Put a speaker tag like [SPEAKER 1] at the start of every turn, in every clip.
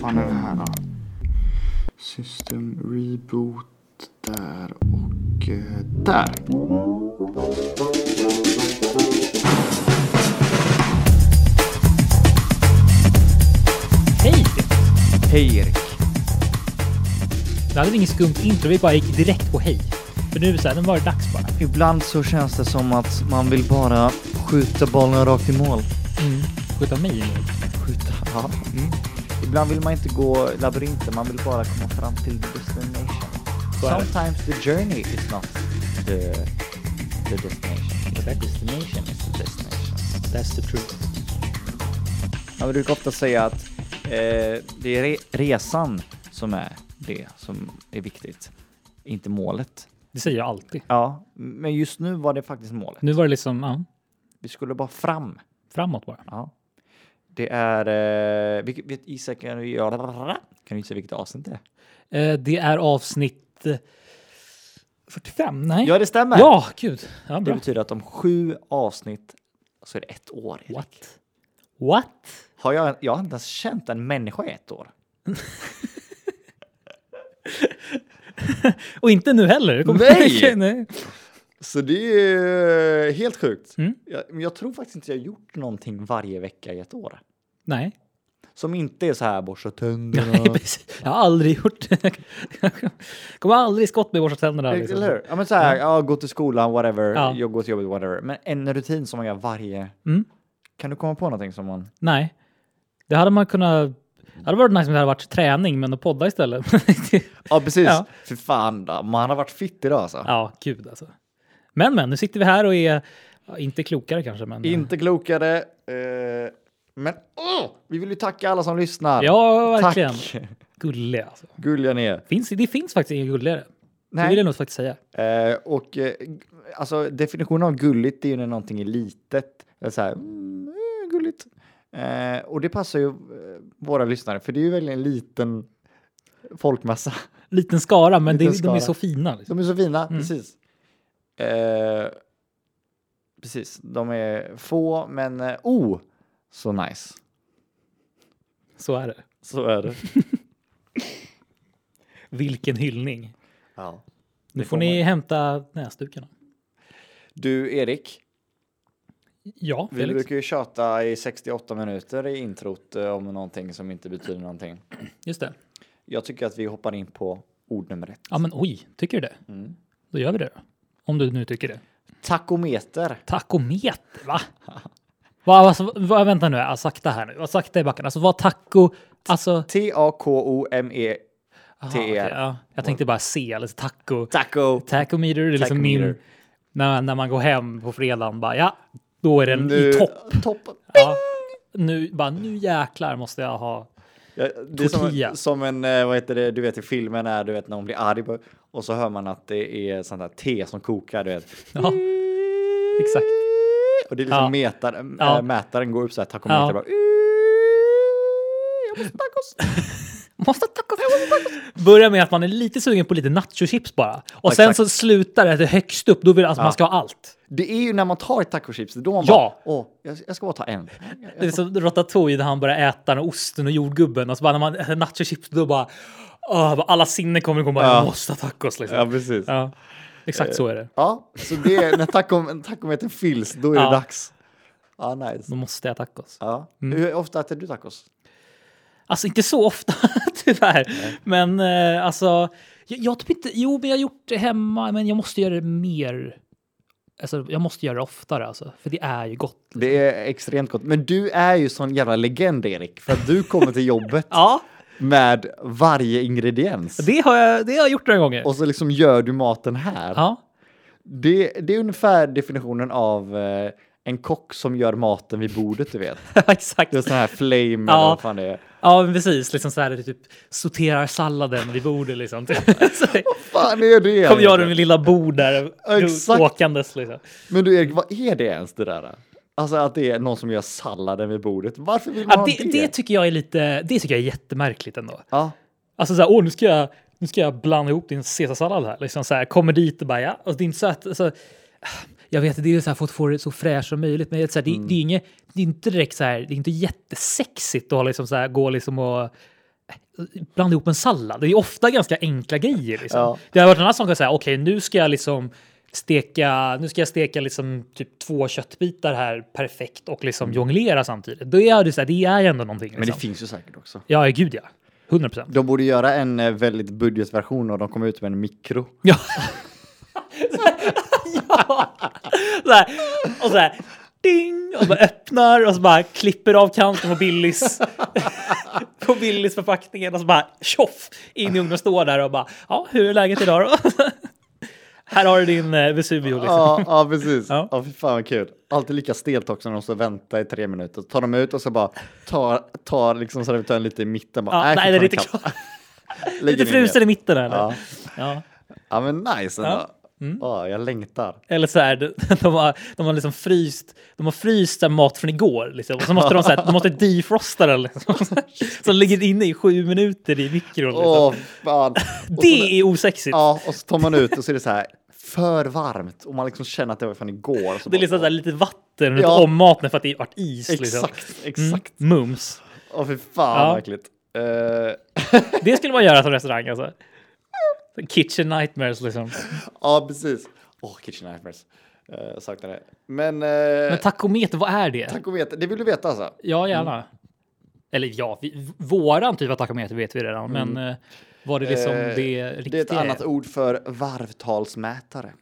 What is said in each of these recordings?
[SPEAKER 1] kan det här då? System reboot där och eh, där.
[SPEAKER 2] Hej!
[SPEAKER 1] Hej Erik.
[SPEAKER 2] Det hade inget skumt intro, vi bara gick direkt på hej. För nu så här, den var det dags bara.
[SPEAKER 3] Ibland så känns det som att man vill bara skjuta bollen rakt i mål.
[SPEAKER 2] Mm. Skjuta mig i mål.
[SPEAKER 3] Skjuta. Ja. Mm. Ibland vill man inte gå labyrinter, man vill bara komma fram till the destination.
[SPEAKER 2] Så är det.
[SPEAKER 3] Sometimes the journey is not the, the destination.
[SPEAKER 2] Correct.
[SPEAKER 3] destination is the destination.
[SPEAKER 2] That's the truth.
[SPEAKER 3] Man brukar ofta säga att eh, det är re- resan som är det som är viktigt, inte målet.
[SPEAKER 2] Det säger jag alltid.
[SPEAKER 3] Ja, men just nu var det faktiskt målet.
[SPEAKER 2] Nu var det liksom, ja,
[SPEAKER 3] Vi skulle bara fram.
[SPEAKER 2] framåt bara.
[SPEAKER 3] Ja. Det är... Eh, vilket, vet Isak, kan du göra... Kan du gissa vilket avsnitt det är?
[SPEAKER 2] Eh, det är avsnitt eh, 45? Nej?
[SPEAKER 3] Ja, det stämmer!
[SPEAKER 2] ja gud. Ja,
[SPEAKER 3] Det
[SPEAKER 2] bra.
[SPEAKER 3] betyder att om sju avsnitt så är det ett år. Erik.
[SPEAKER 2] What? What?
[SPEAKER 3] Har jag, jag har inte ens känt en människa i ett år.
[SPEAKER 2] Och inte nu heller. Det kommer-
[SPEAKER 3] Nej!
[SPEAKER 2] Nej.
[SPEAKER 3] Så det är helt sjukt.
[SPEAKER 2] Mm.
[SPEAKER 3] Jag, men jag tror faktiskt inte jag har gjort någonting varje vecka i ett år.
[SPEAKER 2] Nej.
[SPEAKER 3] Som inte är så här borsta
[SPEAKER 2] Nej,
[SPEAKER 3] tänderna.
[SPEAKER 2] precis. Jag har aldrig gjort det. Kommer aldrig i skott med att borsta tänderna. liksom.
[SPEAKER 3] Eller hur? Ja, men så här, ja, gå till skolan, whatever.
[SPEAKER 2] Ja.
[SPEAKER 3] Jag går till jobbet, whatever. Men en rutin som man gör varje...
[SPEAKER 2] Mm.
[SPEAKER 3] Kan du komma på någonting som man...
[SPEAKER 2] Nej. Det hade man kunnat... Det hade varit nice om det hade varit träning, men att podda istället.
[SPEAKER 3] Ja, precis.
[SPEAKER 2] Ja.
[SPEAKER 3] För fan, då. man har varit fitt idag alltså.
[SPEAKER 2] ja, gud alltså. Men, men, nu sitter vi här och är... Ja, inte klokare kanske, men...
[SPEAKER 3] Inte klokare. Eh, men åh, vi vill ju tacka alla som lyssnar.
[SPEAKER 2] Ja, verkligen.
[SPEAKER 3] Tack,
[SPEAKER 2] Gulliga alltså.
[SPEAKER 3] gulliga ni är.
[SPEAKER 2] Finns, det finns faktiskt ingen gulligare. Det
[SPEAKER 3] Nej.
[SPEAKER 2] vill jag nog faktiskt säga.
[SPEAKER 3] Eh, och eh, g- alltså, definitionen av gulligt är ju när någonting är litet. Eller så här, mm, eh, gulligt. Eh, och det passar ju eh, våra lyssnare, för det är ju väldigt en liten folkmassa.
[SPEAKER 2] Liten skara, men
[SPEAKER 3] Liten
[SPEAKER 2] det, de
[SPEAKER 3] skara.
[SPEAKER 2] är så fina. Liksom.
[SPEAKER 3] De är så fina, precis. Mm. Eh, precis, de är få, men eh, oh, så nice.
[SPEAKER 2] Så är det.
[SPEAKER 3] Så är det.
[SPEAKER 2] Vilken hyllning.
[SPEAKER 3] ja.
[SPEAKER 2] Nu
[SPEAKER 3] Det
[SPEAKER 2] får
[SPEAKER 3] får
[SPEAKER 2] ni hämta näsdukarna.
[SPEAKER 3] Du, Erik.
[SPEAKER 2] Ja,
[SPEAKER 3] Vi
[SPEAKER 2] Felix.
[SPEAKER 3] brukar ju tjata i 68 minuter i introt eh, om någonting som inte betyder någonting.
[SPEAKER 2] Just det.
[SPEAKER 3] Jag tycker att vi hoppar in på ord nummer ett.
[SPEAKER 2] Ja, men oj, tycker du det?
[SPEAKER 3] Mm.
[SPEAKER 2] Då gör vi det då. Om du nu tycker det.
[SPEAKER 3] Takometer.
[SPEAKER 2] Takometer, va? va alltså, va, vänta nu, alltså, sakta här nu. Alltså, Sakta i backen. Alltså vad taco... Alltså...
[SPEAKER 3] T-A-K-O-M-E.
[SPEAKER 2] aha,
[SPEAKER 3] TR.
[SPEAKER 2] okej, ja. Jag tänkte bara se, alltså taco.
[SPEAKER 3] E Taco.
[SPEAKER 2] Tacometer, det är liksom min...
[SPEAKER 3] Tacometer.
[SPEAKER 2] När, när man går hem på fredagen, bara ja, då är den i topp.
[SPEAKER 3] Topp.
[SPEAKER 2] Ja. Nu, bara, nu jäklar måste jag ha...
[SPEAKER 3] Ja, det är
[SPEAKER 2] Tortilla.
[SPEAKER 3] som, som en, eh, vad heter det, du vet i filmen är du vet när hon blir arg på- och så hör man att det är sånt där te som kokar, du vet.
[SPEAKER 2] Ja, exakt.
[SPEAKER 3] Och det är liksom
[SPEAKER 2] Ja.
[SPEAKER 3] mätaren,
[SPEAKER 2] Ja.
[SPEAKER 3] äh, mätaren går upp så här, takometer
[SPEAKER 2] Ja.
[SPEAKER 3] bara. "Eh, Jag måste tacos.
[SPEAKER 2] Måste tacos. Börja med att man är lite sugen på lite nachochips bara. Och sen
[SPEAKER 3] Exakt.
[SPEAKER 2] så slutar det högst upp, då vill alltså, man ska ha allt.
[SPEAKER 3] Det är ju när man tar ett tacochips, då man
[SPEAKER 2] Ja.
[SPEAKER 3] bara, åh, jag, jag ska bara ta en.
[SPEAKER 2] Det är som Ratatouille när han börjar äta den, osten och jordgubben. Och så bara när man äter nachochips då bara... åh, bara alla sinnen kommer igång. Bara,
[SPEAKER 3] Ja.
[SPEAKER 2] Jag måste ha tacos liksom. Ja.
[SPEAKER 3] precis.
[SPEAKER 2] Exakt så är det.
[SPEAKER 3] Ja, så det är, när tacom, tacometern fylls, då är
[SPEAKER 2] Ja.
[SPEAKER 3] det dags. Ja, nice.
[SPEAKER 2] Då måste jag ha tacos.
[SPEAKER 3] Ja.
[SPEAKER 2] Mm.
[SPEAKER 3] Hur ofta äter du tacos?
[SPEAKER 2] Alltså inte så ofta tyvärr. Men eh, alltså... Jag, jag har typ inte... Jo, men jag har gjort det hemma. Men jag måste göra det mer... Alltså, jag måste göra det oftare alltså. För det är ju gott.
[SPEAKER 3] Det är extremt gott. Men du är ju sån jävla legend, Erik, för att du kommer till jobbet
[SPEAKER 2] Ja,
[SPEAKER 3] med varje ingrediens.
[SPEAKER 2] det har jag, det har jag gjort några gånger.
[SPEAKER 3] Och så liksom gör du maten här.
[SPEAKER 2] Ja.
[SPEAKER 3] Det, det är ungefär definitionen av eh, en kock som gör maten vid bordet, du vet.
[SPEAKER 2] Exakt.
[SPEAKER 3] Det är sån här flame eller
[SPEAKER 2] Ja.
[SPEAKER 3] vad fan det är.
[SPEAKER 2] Ja, men precis. Liksom så här, typ sorterar salladen vid bordet liksom. Så
[SPEAKER 3] fan är det?
[SPEAKER 2] Kom jag med min lilla bord där
[SPEAKER 3] Exakt.
[SPEAKER 2] åkandes liksom.
[SPEAKER 3] Men du Erik, vad är det ens det där? Alltså att det är någon som gör salladen vid bordet. Varför vill man
[SPEAKER 2] Ja,
[SPEAKER 3] ha
[SPEAKER 2] det, det tycker jag är lite, det tycker jag är jättemärkligt ändå.
[SPEAKER 3] Ja,
[SPEAKER 2] Alltså så här, åh nu ska jag, nu ska jag blanda ihop din caesarsallad här. Liksom så här, kommer dit och bara ja, och det är inte så att, alltså, jag vet det är ju så här för att få det så fräscht som möjligt, men det är så här,
[SPEAKER 3] Mm.
[SPEAKER 2] det, det är inget, det är inte direkt så här, det är inte jättesexigt att ha liksom så här, gå liksom och blanda ihop en sallad. Det är ofta ganska enkla grejer. Liksom.
[SPEAKER 3] Ja.
[SPEAKER 2] Det har varit en annan sak att säga, okej nu ska jag liksom steka, nu ska jag steka liksom typ två köttbitar här perfekt och liksom jonglera samtidigt. Då är det, så här, det är ändå någonting. Liksom.
[SPEAKER 3] Mm. Men det finns ju säkert också.
[SPEAKER 2] Ja, gud ja. 100 procent.
[SPEAKER 3] De borde göra en eh, väldigt budgetversion och de kommer ut med en mikro.
[SPEAKER 2] Ja. ja. Så här. Och så här, ding! Och så bara öppnar och så bara klipper av kanten på Billys på Billys förpackningen och så bara tjoff! In i ugnen och står där och bara ja, hur är läget idag då? Här har du din eh, Vesuvio liksom.
[SPEAKER 3] Ja, ja precis.
[SPEAKER 2] Ja.
[SPEAKER 3] Ja, fy fan vad kul. Alltid lika stelt också när de står och väntar i tre minuter. Tar de ut och så bara tar, tar liksom servitören lite i mitten. Bara, Äh,
[SPEAKER 2] Ja, nej, det är lite,
[SPEAKER 3] klart.
[SPEAKER 2] klart. lite frusen i mitten eller? Ja.
[SPEAKER 3] Ja. ja, men nice ändå.
[SPEAKER 2] Ja. Mm.
[SPEAKER 3] Ja. jag längtar.
[SPEAKER 2] Eller så här, de- de har, de har liksom fryst, de har fryst så här mat från igår. Liksom. Och så måste de, så här, de måste defrosta den. Liksom. Så den ligger inne i sju minuter i mikron. Liksom.
[SPEAKER 3] Åh, fan. Och så-
[SPEAKER 2] det är osexigt.
[SPEAKER 3] Ja, och så tar man ut och så är det så här för varmt och man liksom känner att det var fan igår.
[SPEAKER 2] Det
[SPEAKER 3] Så
[SPEAKER 2] är
[SPEAKER 3] bara,
[SPEAKER 2] liksom så här, lite vatten runt
[SPEAKER 3] Ja.
[SPEAKER 2] om maten för att det har varit is. Liksom.
[SPEAKER 3] Exakt, exakt.
[SPEAKER 2] Mm, mums.
[SPEAKER 3] Åh fy fan
[SPEAKER 2] Ja.
[SPEAKER 3] vad äckligt. Eh,
[SPEAKER 2] Det skulle man göra som restaurang alltså. Kitchen nightmares liksom.
[SPEAKER 3] ja, precis. Åh, Kitchen Nightmares. Uh, saknar det. Men, uh,
[SPEAKER 2] Men tacometer, vad är det?
[SPEAKER 3] tacometer, det vill du veta alltså?
[SPEAKER 2] Ja, gärna. Eller ja, vi, våran typ av tacometer vet vi redan, men eh, var det liksom
[SPEAKER 3] Mm. Eh,
[SPEAKER 2] det
[SPEAKER 3] Det är
[SPEAKER 2] riktiga?
[SPEAKER 3] ett annat ord för varvtalsmätare.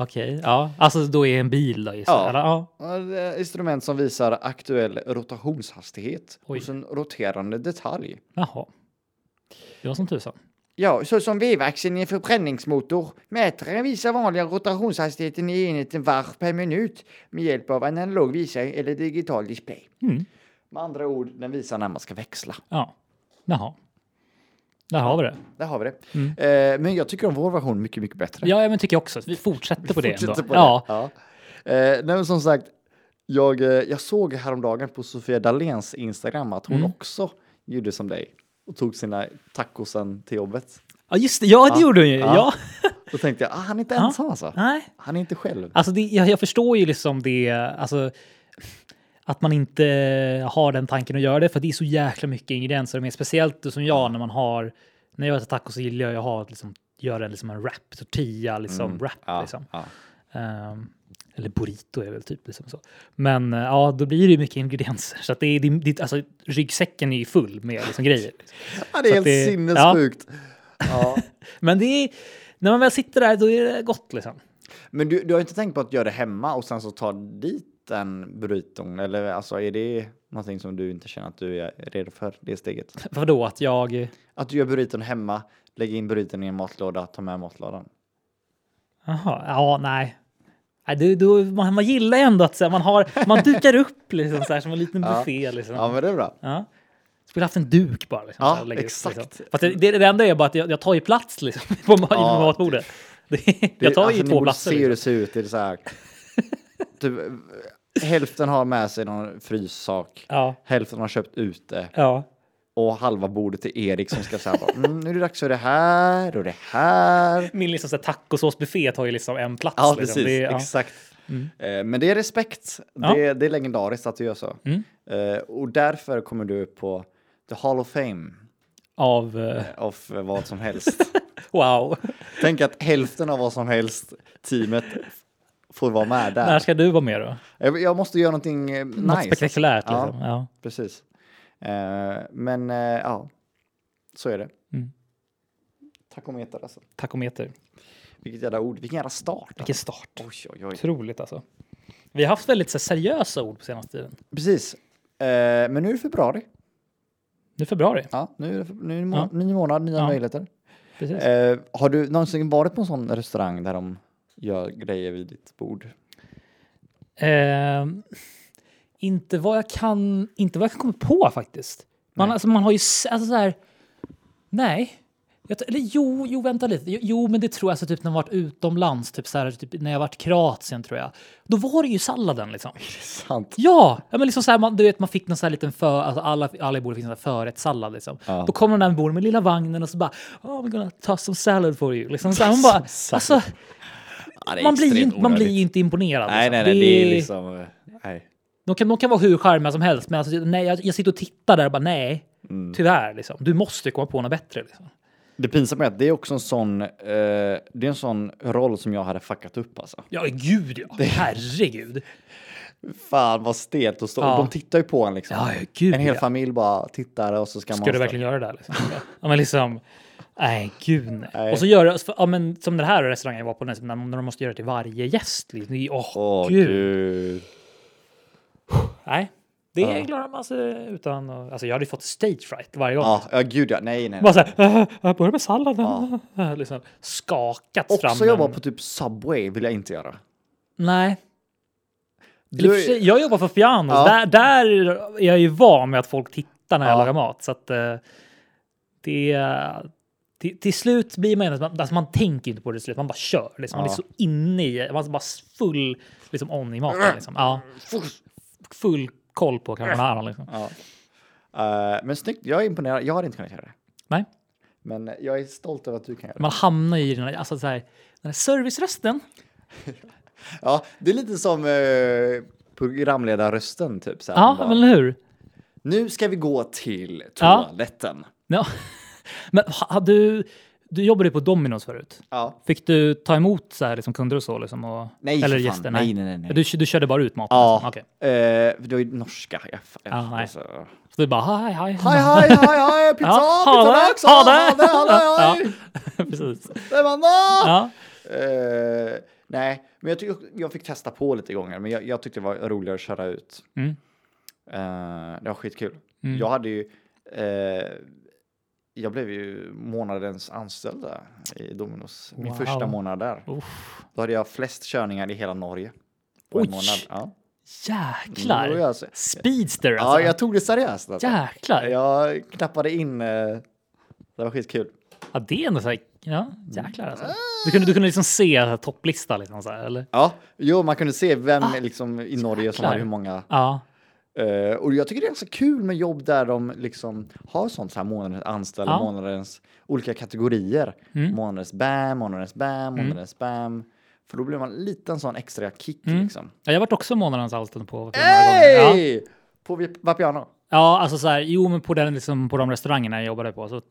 [SPEAKER 2] Okej, ja. Alltså då är en bil då gissar
[SPEAKER 3] Ja.
[SPEAKER 2] jag? eller? Ja.
[SPEAKER 3] Ja, det är ett Instrument som visar aktuell rotationshastighet
[SPEAKER 2] Oj.
[SPEAKER 3] hos en roterande detalj.
[SPEAKER 2] Jaha. Det var som tusan.
[SPEAKER 3] Ja, så som vevaxeln i en förbränningsmotor. Mätaren visar vanliga rotationshastigheten i enheten varv per minut med hjälp av en analog visare eller digital display.
[SPEAKER 2] Mm.
[SPEAKER 3] Med andra ord, den visar när man ska växla.
[SPEAKER 2] Ja. Jaha. Där har vi det.
[SPEAKER 3] Där har vi det.
[SPEAKER 2] Mm.
[SPEAKER 3] Eh, men jag tycker om vår version mycket, mycket bättre.
[SPEAKER 2] Ja, men tycker jag också. Vi fortsätter på det
[SPEAKER 3] Fortsätter
[SPEAKER 2] ändå.
[SPEAKER 3] på
[SPEAKER 2] ja.
[SPEAKER 3] det. Ja. Eh, nej, men som sagt, jag, eh, jag såg häromdagen på Sofia Dalens Instagram att
[SPEAKER 2] Mm.
[SPEAKER 3] hon också gjorde som dig och tog sina tacosen till jobbet.
[SPEAKER 2] ja, just det. Ja, det
[SPEAKER 3] Ja.
[SPEAKER 2] gjorde hon ju. Ja.
[SPEAKER 3] Ja. Då tänkte jag, ah, han är inte
[SPEAKER 2] Ja.
[SPEAKER 3] ensam alltså.
[SPEAKER 2] Nej.
[SPEAKER 3] Han är inte själv.
[SPEAKER 2] Alltså, det, jag, jag förstår ju liksom det. Alltså, att man inte har den tanken att göra det, för det är så jäkla mycket ingredienser. Men speciellt som jag, när man har... När jag äter tacos så gillar jag att ha, liksom, göra en, liksom en wrap, tortilla, liksom wrap.
[SPEAKER 3] Mm, Ja,
[SPEAKER 2] Liksom.
[SPEAKER 3] ja.
[SPEAKER 2] Ehm, eller burrito är väl typ liksom så. Men eh, ja, då blir det ju mycket ingredienser. Så att det är, det, det, alltså, ryggsäcken är ju full med liksom, grejer.
[SPEAKER 3] Ja, det är
[SPEAKER 2] Så
[SPEAKER 3] helt
[SPEAKER 2] att det-
[SPEAKER 3] sinnessjukt. Ja.
[SPEAKER 2] Men det är, när man väl sitter där, då är det gott liksom.
[SPEAKER 3] Men du, du har inte tänkt på att göra det hemma och sen så ta dit en burriton? Eller alltså, är det någonting som du inte känner att du är redo för? Det steget?
[SPEAKER 2] Vadå att jag...
[SPEAKER 3] Att du gör burriton hemma, lägger in burriton i en matlåda, tar med matlådan.
[SPEAKER 2] Jaha, ja, nej. nej du, du, man, man gillar ju ändå att så här, man, har, man dukar upp liksom, så här, som en liten
[SPEAKER 3] Ja.
[SPEAKER 2] buffé. Liksom.
[SPEAKER 3] Ja, men det är bra.
[SPEAKER 2] Ja. Skulle haft en duk bara. Liksom,
[SPEAKER 3] Ja,
[SPEAKER 2] så här, och lägga upp,
[SPEAKER 3] exakt.
[SPEAKER 2] Liksom. Fast det, det, det enda är bara att jag, jag tar ju plats liksom, på ma-
[SPEAKER 3] Ja. alltså,
[SPEAKER 2] på matbordet. Det, jag tar ju
[SPEAKER 3] ni
[SPEAKER 2] två
[SPEAKER 3] borde
[SPEAKER 2] platser.
[SPEAKER 3] se hur
[SPEAKER 2] Liksom.
[SPEAKER 3] det ser ut. Det är så här, typ, hälften har med sig någon fryssak.
[SPEAKER 2] Ja,
[SPEAKER 3] Hälften har köpt ute
[SPEAKER 2] ja.
[SPEAKER 3] och halva bordet är Erik som ska säga mm, nu är det dags för det här och det här. Alltså,
[SPEAKER 2] Min liksom, så här, tacosåsbuffé tar ju liksom en plats.
[SPEAKER 3] Ja,
[SPEAKER 2] liksom.
[SPEAKER 3] precis.
[SPEAKER 2] Det, ja. Mm.
[SPEAKER 3] Exakt. Eh, Men det är respekt.
[SPEAKER 2] Ja.
[SPEAKER 3] Det, det är legendariskt att du gör så.
[SPEAKER 2] Mm.
[SPEAKER 3] Eh, Och därför kommer du upp på The Hall of Fame
[SPEAKER 2] Av... eh,
[SPEAKER 3] av eh, vad som helst.
[SPEAKER 2] wow.
[SPEAKER 3] Tänk att hälften av vad som helst teamet får vara med
[SPEAKER 2] När
[SPEAKER 3] där.
[SPEAKER 2] ska du vara med då?
[SPEAKER 3] Jag jag måste göra någonting eh, nice.
[SPEAKER 2] Något
[SPEAKER 3] alltså.
[SPEAKER 2] spektakulärt.
[SPEAKER 3] Ja.
[SPEAKER 2] Liksom. Ja.
[SPEAKER 3] Precis. Eh, Men eh, ja, så är det.
[SPEAKER 2] Mm.
[SPEAKER 3] Takometer alltså.
[SPEAKER 2] Takometer.
[SPEAKER 3] Vilket jävla ord. Vilken jävla start.
[SPEAKER 2] Vilken start.
[SPEAKER 3] Oj, oj, oj.
[SPEAKER 2] Otroligt alltså. Vi har haft väldigt så, här, seriösa ord på senaste tiden.
[SPEAKER 3] Precis. Eh, Men nu är det februari.
[SPEAKER 2] Nu februari.
[SPEAKER 3] Ja, nu är det nu är det må-
[SPEAKER 2] Ja.
[SPEAKER 3] ny månad, nya
[SPEAKER 2] Ja.
[SPEAKER 3] möjligheter.
[SPEAKER 2] Precis.
[SPEAKER 3] Eh, har du någonsin varit på en sån restaurang där de gör grejer vid ditt bord?
[SPEAKER 2] Eh, inte vad jag kan, inte vad jag kan komma på faktiskt. Man, alltså, man har ju, s- alltså så här, nej. Jag, t- eller jo, jo, vänta lite. Jo, Jo, men det tror jag, alltså, typ när jag varit utomlands, typ, så här, typ när jag varit i Kroatien tror jag. Då var det ju salladen liksom.
[SPEAKER 3] Sant.
[SPEAKER 2] Ja, ja, men liksom så här, man, du vet, man fick någon så här liten för, alltså alla, alla i bordet fick en sån här förrättssallad. Liksom.
[SPEAKER 3] Ja.
[SPEAKER 2] Då kom de där med bordet med lilla vagnen och så bara oh, “I'm gonna toss some salad for you”. Liksom, så här, man bara, alltså, man, blir, ju inte- man blir ju inte imponerad.
[SPEAKER 3] Nej,
[SPEAKER 2] liksom.
[SPEAKER 3] nej, nej, det är liksom... eh, Nej.
[SPEAKER 2] De kan, de kan vara hur charmiga som helst, men alltså, nej, jag, jag sitter och tittar där och bara nej.
[SPEAKER 3] Mm.
[SPEAKER 2] Tyvärr, liksom. du måste komma på något bättre. Liksom.
[SPEAKER 3] Det pinsamma är att det är också en sån, eh, det är en sån roll som jag hade fuckat upp alltså.
[SPEAKER 2] Ja, gud ja. Herregud.
[SPEAKER 3] Fan vad stelt att stå,
[SPEAKER 2] Ja.
[SPEAKER 3] och de tittar ju på en liksom.
[SPEAKER 2] Ja, gud
[SPEAKER 3] en hel
[SPEAKER 2] ja.
[SPEAKER 3] familj bara tittar och så ska man...
[SPEAKER 2] Ska du verkligen göra det där? Liksom? ja, men liksom, nej, gud nej.
[SPEAKER 3] Nej.
[SPEAKER 2] Och så gör alltså, ja, men som den här restaurangen jag var på, när när de måste göra det till varje gäst. Liksom. Det är- Åh,
[SPEAKER 3] Åh
[SPEAKER 2] gud.
[SPEAKER 3] gud.
[SPEAKER 2] Nej, det
[SPEAKER 3] Ja.
[SPEAKER 2] klarar man sig utan. att- Alltså, jag hade ju fått stage fright varje gång.
[SPEAKER 3] Ja, ja gud ja, nej nej. nej.
[SPEAKER 2] Bara så här, "Äh, jag börjar med salladen. Äh, Liksom, skakat fram.
[SPEAKER 3] Också jobba
[SPEAKER 2] en-
[SPEAKER 3] på typ Subway vill jag inte göra.
[SPEAKER 2] Nej.
[SPEAKER 3] Du
[SPEAKER 2] Eller i och
[SPEAKER 3] är-
[SPEAKER 2] för sig, jag jobbar för piano.
[SPEAKER 3] Ja.
[SPEAKER 2] Där, där är jag ju van med att folk tittar när jag
[SPEAKER 3] Ja.
[SPEAKER 2] lagar mat. Så att, eh, det, till, till slut blir man, ändå- alltså man tänker inte på det till slut, man bara kör. Liksom. Man
[SPEAKER 3] Ja.
[SPEAKER 2] är så inne i, man är bara full liksom, on i maten. Liksom. Ja. Full koll på carbonara. Liksom.
[SPEAKER 3] Ja. Eh, men snyggt, jag är imponerad. Jag hade inte kunnat göra det.
[SPEAKER 2] Nej.
[SPEAKER 3] Men jag är stolt över att du kan göra det.
[SPEAKER 2] Man hamnar ju i den här, alltså, så här, den här servicerösten.
[SPEAKER 3] Ja, det är lite som eh, programledarrösten typ. Så här,
[SPEAKER 2] Ja,
[SPEAKER 3] bara,
[SPEAKER 2] men eller hur?
[SPEAKER 3] Nu ska vi gå till
[SPEAKER 2] Ja.
[SPEAKER 3] toaletten.
[SPEAKER 2] Ja. Men ha, du, du jobbade ju på Domino's förut.
[SPEAKER 3] Ja.
[SPEAKER 2] Fick du ta emot så här, liksom, kunder och så? Liksom, och,
[SPEAKER 3] Nej, för
[SPEAKER 2] eller
[SPEAKER 3] fan.
[SPEAKER 2] gäster?
[SPEAKER 3] Nej, nej, nej, nej.
[SPEAKER 2] Du, du körde bara ut maten?
[SPEAKER 3] Ja,
[SPEAKER 2] Liksom. Okej.
[SPEAKER 3] eh, för det var ju norska. Jag, jag,
[SPEAKER 2] Ja, nej.
[SPEAKER 3] alltså.
[SPEAKER 2] Så du bara hej, hej.
[SPEAKER 3] Hej, hej, hej, hej, pizza,
[SPEAKER 2] Ja, ha det,
[SPEAKER 3] pizzadags!
[SPEAKER 2] ha
[SPEAKER 3] Ha
[SPEAKER 2] det.
[SPEAKER 3] det, ha det, hej!
[SPEAKER 2] Precis.
[SPEAKER 3] Det var nå!
[SPEAKER 2] Ja.
[SPEAKER 3] Eh, nej, men jag, tycker jag fick testa på lite gånger, men jag, jag tyckte det var roligare att köra ut.
[SPEAKER 2] Mm.
[SPEAKER 3] Eh, det var skitkul.
[SPEAKER 2] Mm.
[SPEAKER 3] Jag hade ju... eh, jag blev ju månadens anställd där i Domino's. Min
[SPEAKER 2] Wow.
[SPEAKER 3] första månad där.
[SPEAKER 2] Uff.
[SPEAKER 3] Då hade jag flest körningar i hela Norge. På
[SPEAKER 2] Oj.
[SPEAKER 3] en månad. Ja.
[SPEAKER 2] Jäklar.
[SPEAKER 3] Jo, alltså.
[SPEAKER 2] Speedster alltså.
[SPEAKER 3] ja, jag tog det seriöst. Alltså.
[SPEAKER 2] Jäklar. Ja.
[SPEAKER 3] Jag knappade in. eh, det var skitkul.
[SPEAKER 2] det är ändå så här. Ja, jäklar alltså.
[SPEAKER 3] Ah.
[SPEAKER 2] Du kunde, du kunde liksom se så här topplista liksom så här, eller?
[SPEAKER 3] Ja, jo, man kunde se vem liksom, i Norge som
[SPEAKER 2] Ah, jäklar.
[SPEAKER 3] hade hur många
[SPEAKER 2] Ja.
[SPEAKER 3] Eh, och jag tycker det är ganska kul med jobb där de liksom har sånt så här månadens anställd,
[SPEAKER 2] Ja. Mm.
[SPEAKER 3] månadens olika kategorier. Månadens BAM, månadens BAM, månadens BAM. För då blir man en liten sån extra kick
[SPEAKER 2] Mm.
[SPEAKER 3] liksom.
[SPEAKER 2] Ja, Jag har varit också månadens anställd på några gånger. Ja.
[SPEAKER 3] Hey! På Vi- Vapiano.
[SPEAKER 2] ja, alltså så här. Jo, men på, den, liksom, på de restaurangerna jag jobbade på så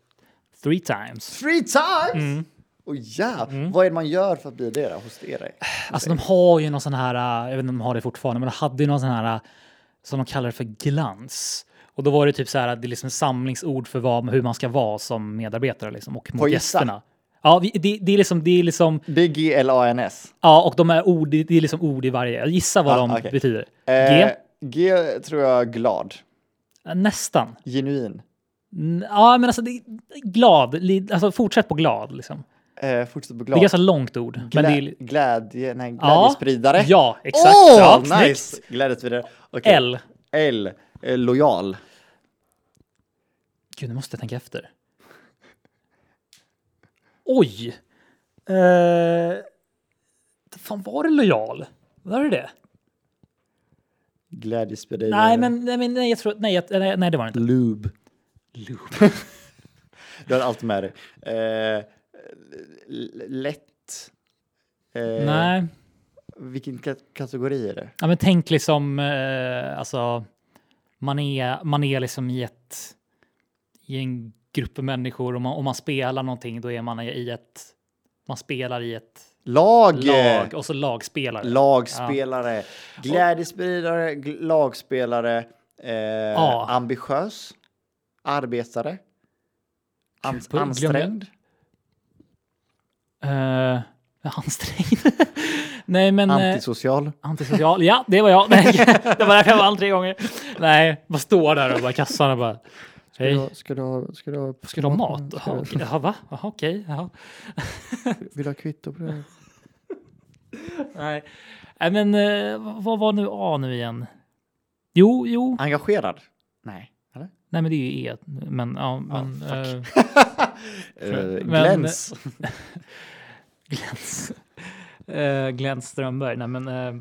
[SPEAKER 2] three times.
[SPEAKER 3] Three times!
[SPEAKER 2] Mm.
[SPEAKER 3] Och ja, vad är det man gör för att bli det då, hos er?
[SPEAKER 2] Alltså de har ju någon sån här, äh, jag vet inte om de har det fortfarande, men de hade ju någon sån här äh, som de kallar det för glans. Och då var det typ så här att det är liksom samlingsord för vad, hur man ska vara som medarbetare liksom, och
[SPEAKER 3] Får
[SPEAKER 2] mot
[SPEAKER 3] jag gissa?
[SPEAKER 2] gästerna. Ja, vi, det, det är liksom, det är liksom,
[SPEAKER 3] Det är G-L-A-N-S.
[SPEAKER 2] ja, och de är ord, det är liksom ord i varje. Gissa vad
[SPEAKER 3] Ah,
[SPEAKER 2] de
[SPEAKER 3] okej.
[SPEAKER 2] betyder.
[SPEAKER 3] Eh,
[SPEAKER 2] G?
[SPEAKER 3] G tror jag glad.
[SPEAKER 2] Nästan.
[SPEAKER 3] Genuin.
[SPEAKER 2] N- Ja, men alltså det, glad, li, alltså fortsätt på glad liksom.
[SPEAKER 3] Eh, fortsätt
[SPEAKER 2] Det
[SPEAKER 3] på
[SPEAKER 2] är
[SPEAKER 3] glad.
[SPEAKER 2] ganska långt ord. men det är,
[SPEAKER 3] Glä- glädje, nej,
[SPEAKER 2] Ja.
[SPEAKER 3] glädjespridare.
[SPEAKER 2] Ja, exakt.
[SPEAKER 3] Åh,
[SPEAKER 2] Ja,
[SPEAKER 3] nice!
[SPEAKER 2] snyggt.
[SPEAKER 3] Glädjespridare. Okej.
[SPEAKER 2] L.
[SPEAKER 3] L. Eh, lojal.
[SPEAKER 2] Gud, nu måste jag tänka efter. Oj! Eh, fan, var det lojal? Var det det?
[SPEAKER 3] Glädjespridare.
[SPEAKER 2] Nej, men, nej, men nej, jag tror, nej, jag- nej, nej, det var det inte.
[SPEAKER 3] Lube.
[SPEAKER 2] Loop.
[SPEAKER 3] Du har allt med dig. Eh, l- lätt. Eh,
[SPEAKER 2] nej,
[SPEAKER 3] Vilken ka- kategori är det?
[SPEAKER 2] ja, men tänk liksom, eh, alltså, man är, man är liksom i ett, i en grupp människor och man, om man spelar någonting, då är man i ett, man spelar i ett
[SPEAKER 3] Lag!
[SPEAKER 2] lag och så lagspelare.
[SPEAKER 3] Lagspelare. Glädjespridare, gl- lagspelare. Eh,
[SPEAKER 2] Ja.
[SPEAKER 3] Ambitiös. Arbetare. Ans-
[SPEAKER 2] Glömde jag.
[SPEAKER 3] ansträngd.
[SPEAKER 2] Eh, ansträngd. nej, men... eh,
[SPEAKER 3] Antisocial.
[SPEAKER 2] Antisocial, ja det var jag. Nej, det var därför jag vann tre gånger. Nej, bara står där och bara i kassan och bara... Hej,
[SPEAKER 3] Ska du ha, ska du ha,
[SPEAKER 2] ska du ha mat? Jaha, okej. Jaha, va? Jaha, okej. Jaha.
[SPEAKER 3] Vill du ha kvitto på det?
[SPEAKER 2] Nej. Nej, men eh, vad var nu A nu igen? Jo, jo.
[SPEAKER 3] Engagerad? Nej. Eller?
[SPEAKER 2] Nej, men det är ju E. Men, ja, men... eh,
[SPEAKER 3] Eh,
[SPEAKER 2] Men-
[SPEAKER 3] gläns.
[SPEAKER 2] Gläns. Eh, Glenn Strömberg. Nej, men... eh,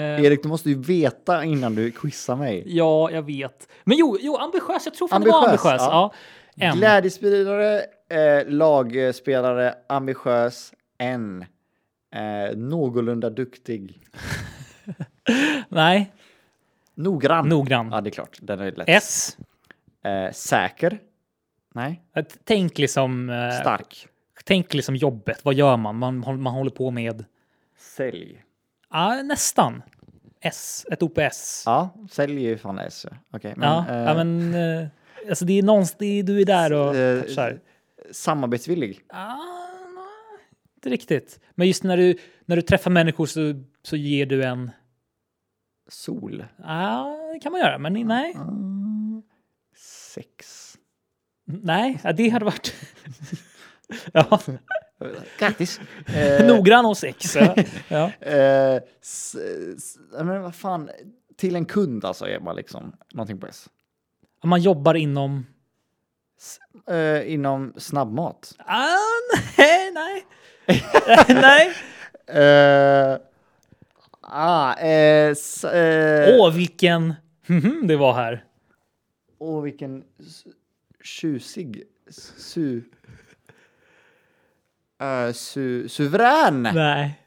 [SPEAKER 2] eh,
[SPEAKER 3] Erik, du måste ju veta innan du quizar mig.
[SPEAKER 2] Ja, jag vet. Men jo, jo ambitiös. Jag tror fan det var
[SPEAKER 3] Ambitiös,
[SPEAKER 2] ambitiös. Ja.
[SPEAKER 3] ja.
[SPEAKER 2] En.
[SPEAKER 3] Glädjespridare, eh, lagspelare, ambitiös, en. Eh, någorlunda duktig.
[SPEAKER 2] Nej,
[SPEAKER 3] Noggrann.
[SPEAKER 2] noggrann.
[SPEAKER 3] Ja, det är klart. Den är lätt.
[SPEAKER 2] S.
[SPEAKER 3] Eh, säker? Nej.
[SPEAKER 2] Att Tänk liksom, eh,
[SPEAKER 3] Stark?
[SPEAKER 2] tänk liksom jobbet. Vad gör man? Man, håll- man håller på med
[SPEAKER 3] Sälj?
[SPEAKER 2] ah, nästan S, ett OPS.
[SPEAKER 3] Ja, sälj är ju fan S. Okej, men,
[SPEAKER 2] ja,
[SPEAKER 3] eh,
[SPEAKER 2] ja, men eh, alltså det är någonstans, det är, du är där och
[SPEAKER 3] eh,
[SPEAKER 2] touchar.
[SPEAKER 3] Samarbetsvillig?
[SPEAKER 2] Ah, nej, inte riktigt. Men just när du, när du träffar människor så, så ger du en...
[SPEAKER 3] Sol?
[SPEAKER 2] Ja, det kan man göra, men nej.
[SPEAKER 3] Sex?
[SPEAKER 2] Nej, ja, det hade varit... ja,
[SPEAKER 3] Eh. Grattis!
[SPEAKER 2] noggrann och sex. Ja. Ja.
[SPEAKER 3] Eh, s, s, ja, men vad fan, till en kund alltså är man liksom någonting på S.
[SPEAKER 2] Man jobbar inom...
[SPEAKER 3] Eh, inom snabbmat.
[SPEAKER 2] Ah, nej, nej. nej.
[SPEAKER 3] Eh, ah, eh, s, eh,
[SPEAKER 2] Åh, vilken... Mhm, det var här.
[SPEAKER 3] åh, vilken s- tjusig s- su, eh, su, suverän
[SPEAKER 2] Nej,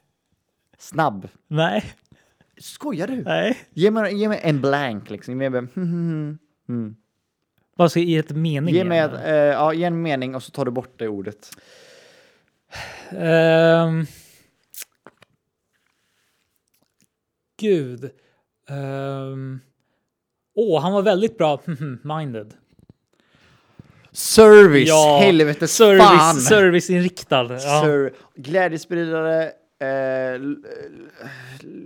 [SPEAKER 3] snabb.
[SPEAKER 2] nej,
[SPEAKER 3] Skojar du?
[SPEAKER 2] nej.
[SPEAKER 3] Ge mig, ge mig en blank liksom. Ge mig, hmm, hmm, hmm.
[SPEAKER 2] Vad så i ett mening?
[SPEAKER 3] Ge mig,
[SPEAKER 2] igen?
[SPEAKER 3] ett, eh, ja, ge en mening och så tar du bort det ordet.
[SPEAKER 2] Ehm. Gud. Ehm. Åh, han var väldigt bra. Mhm, Minded.
[SPEAKER 3] Service! Helvete
[SPEAKER 2] service,
[SPEAKER 3] fan!
[SPEAKER 2] Serviceinriktad. Ja.
[SPEAKER 3] Ser- Glädjespridare, eh, l- l-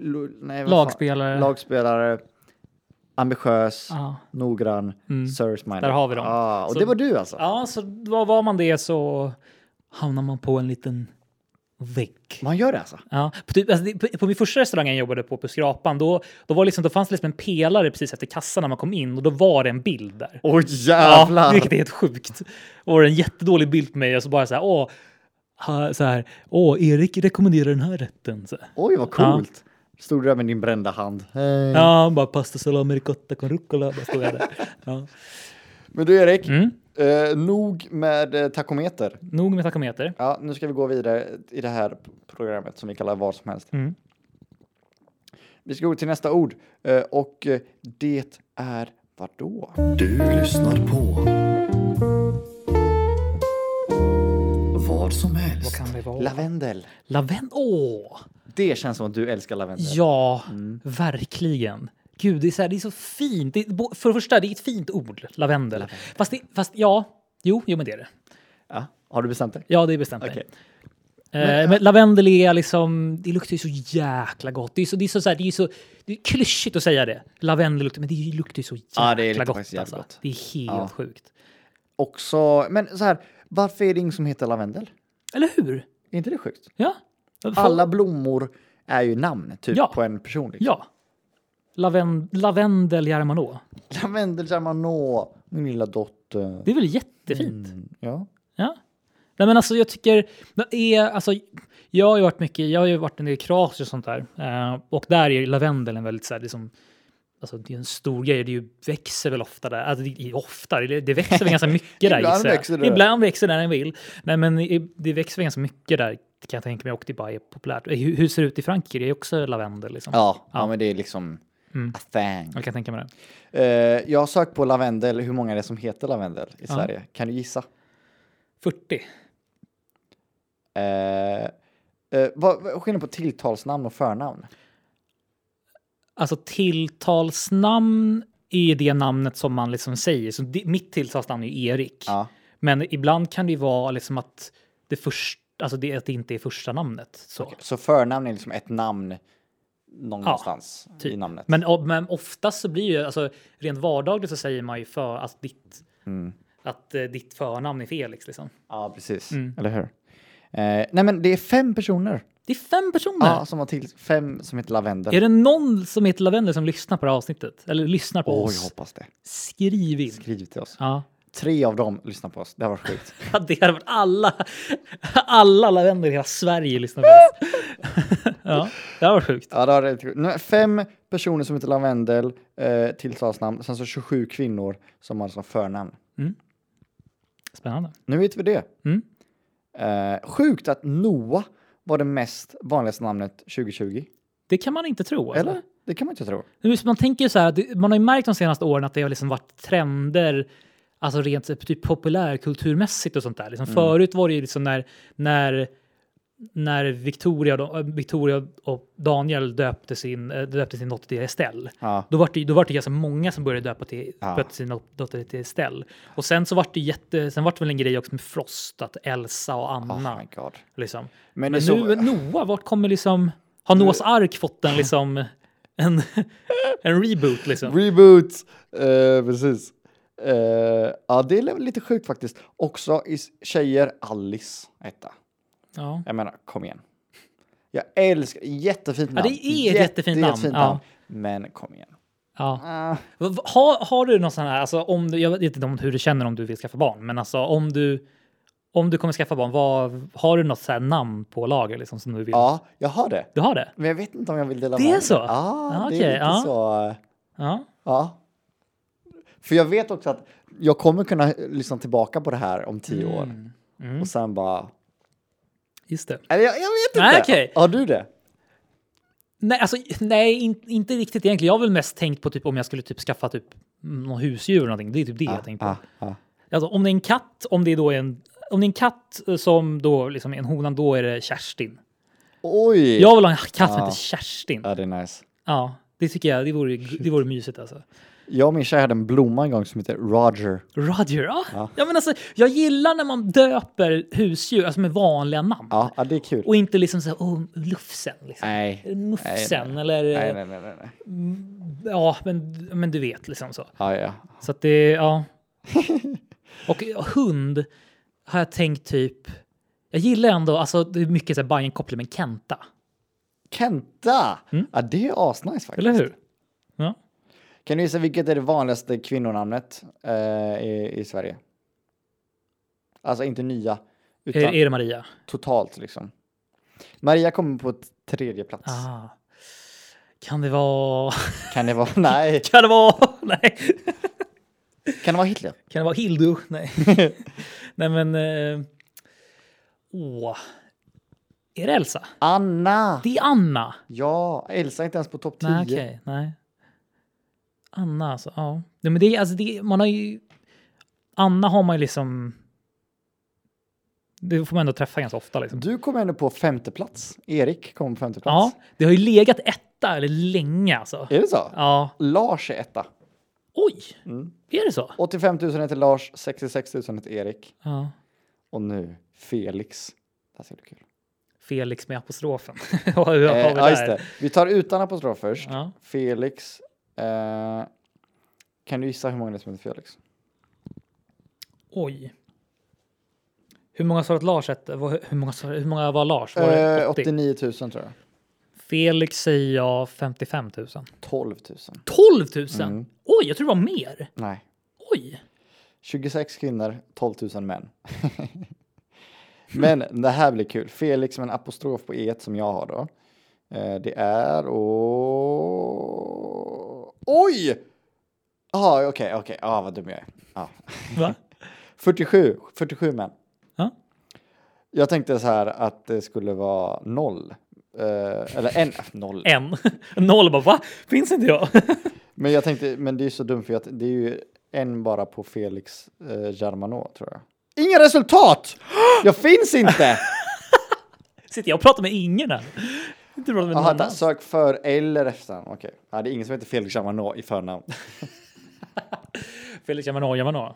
[SPEAKER 3] l- nej, vad fan.
[SPEAKER 2] Lagspelare.
[SPEAKER 3] Lagspelare, ambitiös,
[SPEAKER 2] Ja.
[SPEAKER 3] noggrann,
[SPEAKER 2] Mm.
[SPEAKER 3] service minded.
[SPEAKER 2] Där har vi dem.
[SPEAKER 3] Ah, och
[SPEAKER 2] Så-
[SPEAKER 3] det var du alltså?
[SPEAKER 2] ja, så vad var man det så hamnar man på en liten vägg.
[SPEAKER 3] Man gör det alltså?
[SPEAKER 2] Ja, på, typ, alltså, det- på, på min första restaurang jag jobbade på, på Skrapan, då, då, var liksom, då fanns det liksom en pelare precis efter kassan när man kom in och då var det en bild där.
[SPEAKER 3] Åh
[SPEAKER 2] Ja,
[SPEAKER 3] jävlar!
[SPEAKER 2] vilket är helt sjukt. Och en jättedålig bild på mig och så bara så här, åh, ha- så här, åh, Erik rekommenderar den här rätten. Så här.
[SPEAKER 3] Oj vad coolt! Stod du där med din brända hand? Hej.
[SPEAKER 2] Ja, han bara pasta salami ricotta con rucola. Bara stod jag där. Ja.
[SPEAKER 3] Men du Erik,
[SPEAKER 2] Mm,
[SPEAKER 3] eh, nog med eh, takometer.
[SPEAKER 2] nog med takometer.
[SPEAKER 3] Ja, nu ska vi gå vidare i det här programmet som vi kallar vad som helst.
[SPEAKER 2] Mm.
[SPEAKER 3] Vi ska gå till nästa ord eh, och eh, det är vadå?
[SPEAKER 4] Du lyssnar på vad som helst.
[SPEAKER 2] Vad kan det vara?
[SPEAKER 3] Lavendel.
[SPEAKER 2] Lavendel. Åh!
[SPEAKER 3] Det känns som att du älskar lavendel.
[SPEAKER 2] Ja,
[SPEAKER 3] mm.
[SPEAKER 2] verkligen. Gud, det är så, här, det är så fint. Det är, bo- för det första, det är ett fint ord, lavendel. Fast, det, fast ja, jo, jo, men det är det.
[SPEAKER 3] Ja, Har du bestämt dig?
[SPEAKER 2] Ja, det är bestämt.
[SPEAKER 3] Okej. eh,
[SPEAKER 2] Okay. Men, men lavendel är liksom, det luktar ju så jäkla gott. Det är så, det är så, så, här, det är så det är klyschigt att säga det. Lavendel luktar, men det luktar ju så jäkla
[SPEAKER 3] Ja, det är lite
[SPEAKER 2] gott.
[SPEAKER 3] faktiskt jävligt
[SPEAKER 2] Alltså.
[SPEAKER 3] gott.
[SPEAKER 2] Det är helt
[SPEAKER 3] Ja.
[SPEAKER 2] sjukt.
[SPEAKER 3] Också, men så här, varför är det ingen som heter lavendel?
[SPEAKER 2] Eller hur?
[SPEAKER 3] Är inte det sjukt?
[SPEAKER 2] Ja.
[SPEAKER 3] Alla blommor är ju namn typ
[SPEAKER 2] Ja.
[SPEAKER 3] på en person. Liksom.
[SPEAKER 2] Ja. Laven, lavendel Jarmanå.
[SPEAKER 3] Lavendel säger man nå, min lilla dotter.
[SPEAKER 2] Det är väl jättefint?
[SPEAKER 3] Mm, ja.
[SPEAKER 2] Ja. Nej, men alltså jag tycker, det är, alltså, jag har ju varit mycket, jag har ju varit en del i Kroatien och sånt där. Eh, och där är lavendeln väldigt så här, liksom, alltså det är en stor grej, det är ju, växer väl ofta där, alltså det, ofta, det, det växer väl ganska mycket där
[SPEAKER 3] Ibland
[SPEAKER 2] gissar jag.
[SPEAKER 3] växer det där.
[SPEAKER 2] Ibland växer där den vill. Nej men i- det växer väl ganska mycket där kan jag tänka mig och det bara är populärt. Eh, Hur, hur ser det ut i Frankrike? Det är också lavendel liksom.
[SPEAKER 3] Ja, ja, men det är liksom
[SPEAKER 2] Mm.
[SPEAKER 3] a thing.
[SPEAKER 2] Jag kan tänka mig det.
[SPEAKER 3] Eh, jag har sökt på lavendel, hur många det är som heter lavendel i Sverige. Kan du gissa?
[SPEAKER 2] 40.
[SPEAKER 3] Eh, eh, vad, vad är skillnaden på tilltalsnamn och förnamn?
[SPEAKER 2] Alltså tilltalsnamn är det namnet som man liksom säger. Så det, mitt tilltalsnamn är ju Erik.
[SPEAKER 3] Ja.
[SPEAKER 2] Men ibland kan det ju vara liksom att det, först, alltså det, att det inte är första namnet. Så.
[SPEAKER 3] Så förnamn är liksom ett namn någonstans
[SPEAKER 2] typ.
[SPEAKER 3] i namnet.
[SPEAKER 2] Men, o- men oftast så blir ju, alltså, rent vardagligt så säger man ju för, alltså, ditt,
[SPEAKER 3] Mm.
[SPEAKER 2] att eh, ditt förnamn är Felix. Liksom.
[SPEAKER 3] Ja, precis.
[SPEAKER 2] Mm.
[SPEAKER 3] Eller hur? Eh, nej, men det är fem personer
[SPEAKER 2] Det är fem personer.
[SPEAKER 3] ja, som har till fem som heter lavendel.
[SPEAKER 2] Är det någon som heter Lavendel som lyssnar på det här avsnittet? Eller lyssnar på
[SPEAKER 3] Åh, jag
[SPEAKER 2] oss?
[SPEAKER 3] hoppas det.
[SPEAKER 2] Skriv in.
[SPEAKER 3] Skriv till oss.
[SPEAKER 2] Ja.
[SPEAKER 3] Tre av dem lyssnar på oss. Det har varit sjukt.
[SPEAKER 2] Det hade varit alla, alla lavendel i hela Sverige lyssnar på oss. ja, det hade varit sjukt.
[SPEAKER 3] ja, det har varit riktigt sjukt. Nej, Fem personer som heter lavendel, eh, tilltalsnamn. Sen så 27 kvinnor som har som förnamn.
[SPEAKER 2] Spännande.
[SPEAKER 3] Nu vet vi det.
[SPEAKER 2] Mm.
[SPEAKER 3] Eh, sjukt att Noah var det mest vanligaste namnet 2020.
[SPEAKER 2] Det kan man inte tro. Alltså.
[SPEAKER 3] Eller? Det kan man inte tro.
[SPEAKER 2] Nu, så Man tänker ju så här, att det- man har ju märkt de senaste åren att det har liksom varit trender alltså rent typ populärkulturmässigt och sånt där. Liksom Förut var det ju liksom när, när, när Victoria, och de- äh, Victoria och Daniel döpte sin, äh, döpte sin dotter till Estelle.
[SPEAKER 3] Ja.
[SPEAKER 2] Då var det, ju- då var det ganska många som började döpa till,
[SPEAKER 3] Ja.
[SPEAKER 2] döpte sin dotter till Estelle. Och sen så var det jätte, sen var det väl en grej också med Frost, att Elsa och Anna.
[SPEAKER 3] Oh my god.
[SPEAKER 2] liksom. Men,
[SPEAKER 3] Men det är
[SPEAKER 2] nu,
[SPEAKER 3] så-
[SPEAKER 2] Noah, vart kommer liksom, har Noahs ark fått en liksom, en, en reboot liksom?
[SPEAKER 3] Reboot! Eh, precis. Eh, ja, det är lite sjukt faktiskt. Också i s- tjejer, Alice etta.
[SPEAKER 2] Ja.
[SPEAKER 3] Jag menar, kom igen. Jag älskar, jättefint namn.
[SPEAKER 2] det är ett jättefint namn, ja.
[SPEAKER 3] Men kom igen.
[SPEAKER 2] Ja.
[SPEAKER 3] Ah,
[SPEAKER 2] V- v- Har, har du någon sån här, alltså, om du, jag vet inte om hur du känner om du vill skaffa barn, men alltså om du, om du kommer skaffa barn, vad, har du något så här namn på lager liksom, som du vill?
[SPEAKER 3] ja, jag har det.
[SPEAKER 2] Du har det?
[SPEAKER 3] Men jag vet inte om jag vill dela
[SPEAKER 2] Det
[SPEAKER 3] med
[SPEAKER 2] är
[SPEAKER 3] mig.
[SPEAKER 2] så?
[SPEAKER 3] Ja,
[SPEAKER 2] Ah,
[SPEAKER 3] det är
[SPEAKER 2] okej,
[SPEAKER 3] lite
[SPEAKER 2] ja.
[SPEAKER 3] så. eh,
[SPEAKER 2] Ja.
[SPEAKER 3] Ja. För jag vet också att jag kommer kunna lyssna tillbaka på det här om tio
[SPEAKER 2] Mm.
[SPEAKER 3] år. Och sen bara...
[SPEAKER 2] Just det.
[SPEAKER 3] Eller jag, jag vet inte.
[SPEAKER 2] Nej, okej.
[SPEAKER 3] Har du det?
[SPEAKER 2] Nej, alltså, nej in, inte riktigt egentligen. Jag har väl mest tänkt på typ om jag skulle typ skaffa typ någon husdjur eller någonting. Det är typ det jag tänkt på.
[SPEAKER 3] Ah, ah.
[SPEAKER 2] Alltså, om det är en katt, om det är då en, om det är en katt eh, som då liksom är en hona, då är det Kerstin.
[SPEAKER 3] Oj!
[SPEAKER 2] Jag vill ha en katt som
[SPEAKER 3] Ja.
[SPEAKER 2] heter Kerstin.
[SPEAKER 3] Ja, det är nice.
[SPEAKER 2] Ja, det tycker jag. Det vore, det vore mysigt alltså.
[SPEAKER 3] Jag och min tjej hade en blomma en gång som heter Roger.
[SPEAKER 2] Roger, ja. ja men alltså, jag gillar när man döper husdjur alltså med vanliga namn.
[SPEAKER 3] Ja, ja det är kul.
[SPEAKER 2] Och inte liksom så här, oh, Lufsen. Liksom.
[SPEAKER 3] Nej.
[SPEAKER 2] Muffsen
[SPEAKER 3] Nej,
[SPEAKER 2] eller... eh,
[SPEAKER 3] nej, nej, nej, nej, nej.
[SPEAKER 2] Ja, men, men du vet liksom så.
[SPEAKER 3] Ja, ja.
[SPEAKER 2] Så att det, ja. Och hund har jag tänkt typ... Jag gillar ändå, alltså det är mycket så här Bajen koppling med Kenta.
[SPEAKER 3] Kenta! Ja, det är asnice faktiskt.
[SPEAKER 2] Mm. Eller hur? Ja.
[SPEAKER 3] Kan du gissa vilket är det vanligaste kvinnonamnet eh, i, i Sverige? Alltså inte nya, utan
[SPEAKER 2] Är, är det Maria?
[SPEAKER 3] totalt liksom. Maria kommer på t- tredje plats.
[SPEAKER 2] Ah. Kan det vara...
[SPEAKER 3] Kan det vara, nej,
[SPEAKER 2] Kan det vara... Nej.
[SPEAKER 3] kan det vara Hitler?
[SPEAKER 2] Kan det vara Hildu? Nej. Nej men... eh, Åh. Är det Elsa?
[SPEAKER 3] Anna!
[SPEAKER 2] Det är Anna.
[SPEAKER 3] Ja, Elsa är inte ens på topp 10.
[SPEAKER 2] Nej, okej. Nej. Anna alltså. Ja. Nej, men det, är- alltså det, man har ju... Anna har man ju liksom... Det får man ändå träffa ganska ofta. Liksom.
[SPEAKER 3] Du kom ändå på femte plats. Erik kom på femte
[SPEAKER 2] Ja,
[SPEAKER 3] plats.
[SPEAKER 2] det har ju legat etta eller länge alltså.
[SPEAKER 3] Är det så?
[SPEAKER 2] Ja.
[SPEAKER 3] Lars är etta.
[SPEAKER 2] Oj! Är det så?
[SPEAKER 3] 85 000 heter Lars, 66 000 heter Erik.
[SPEAKER 2] Ja.
[SPEAKER 3] Och nu Felix. Det här ska bli kul.
[SPEAKER 2] Felix med apostrofen. Vad har vi
[SPEAKER 3] Eh, ja, just
[SPEAKER 2] där?
[SPEAKER 3] det. Vi tar utan apostrof först.
[SPEAKER 2] Ja.
[SPEAKER 3] Felix. Eh, kan du gissa hur många det är som heter Felix?
[SPEAKER 2] Oj. Hur många sa att Lars hette? Vad- Hur många, sa- hur många var Lars? Var det
[SPEAKER 3] Eh,
[SPEAKER 2] 80?
[SPEAKER 3] 89 000 tror jag.
[SPEAKER 2] Felix säger jag 55 000.
[SPEAKER 3] 12 000.
[SPEAKER 2] 12 000?
[SPEAKER 3] Mm.
[SPEAKER 2] Oj, jag tror det var mer.
[SPEAKER 3] Nej.
[SPEAKER 2] Oj!
[SPEAKER 3] 26 kvinnor, 12 000 män. Men det här blir kul. Felix med en apostrof på e som jag har då. Eh, det är och... Oj! Jaha, okej, okej. Ja, vad dum jag är. Ja.
[SPEAKER 2] Va?
[SPEAKER 3] 47, 47 män.
[SPEAKER 2] Ja.
[SPEAKER 3] Jag tänkte så här att det skulle vara noll. Eh, eller en, noll.
[SPEAKER 2] En. Noll bara, va? Finns inte jag?
[SPEAKER 3] Men jag tänkte, men det är ju så dumt för att det är ju en bara på Felix eh, Germano tror jag. Inga resultat! Jag finns inte!
[SPEAKER 2] Sitter jag och pratar med ingen här? Inte pratar med någon
[SPEAKER 3] Aha, där,
[SPEAKER 2] annan.
[SPEAKER 3] sök för eller efternamn. Okej, ja, det är ingen som heter Felix Germano i förnamn.
[SPEAKER 2] Felix Jamano, Jamano.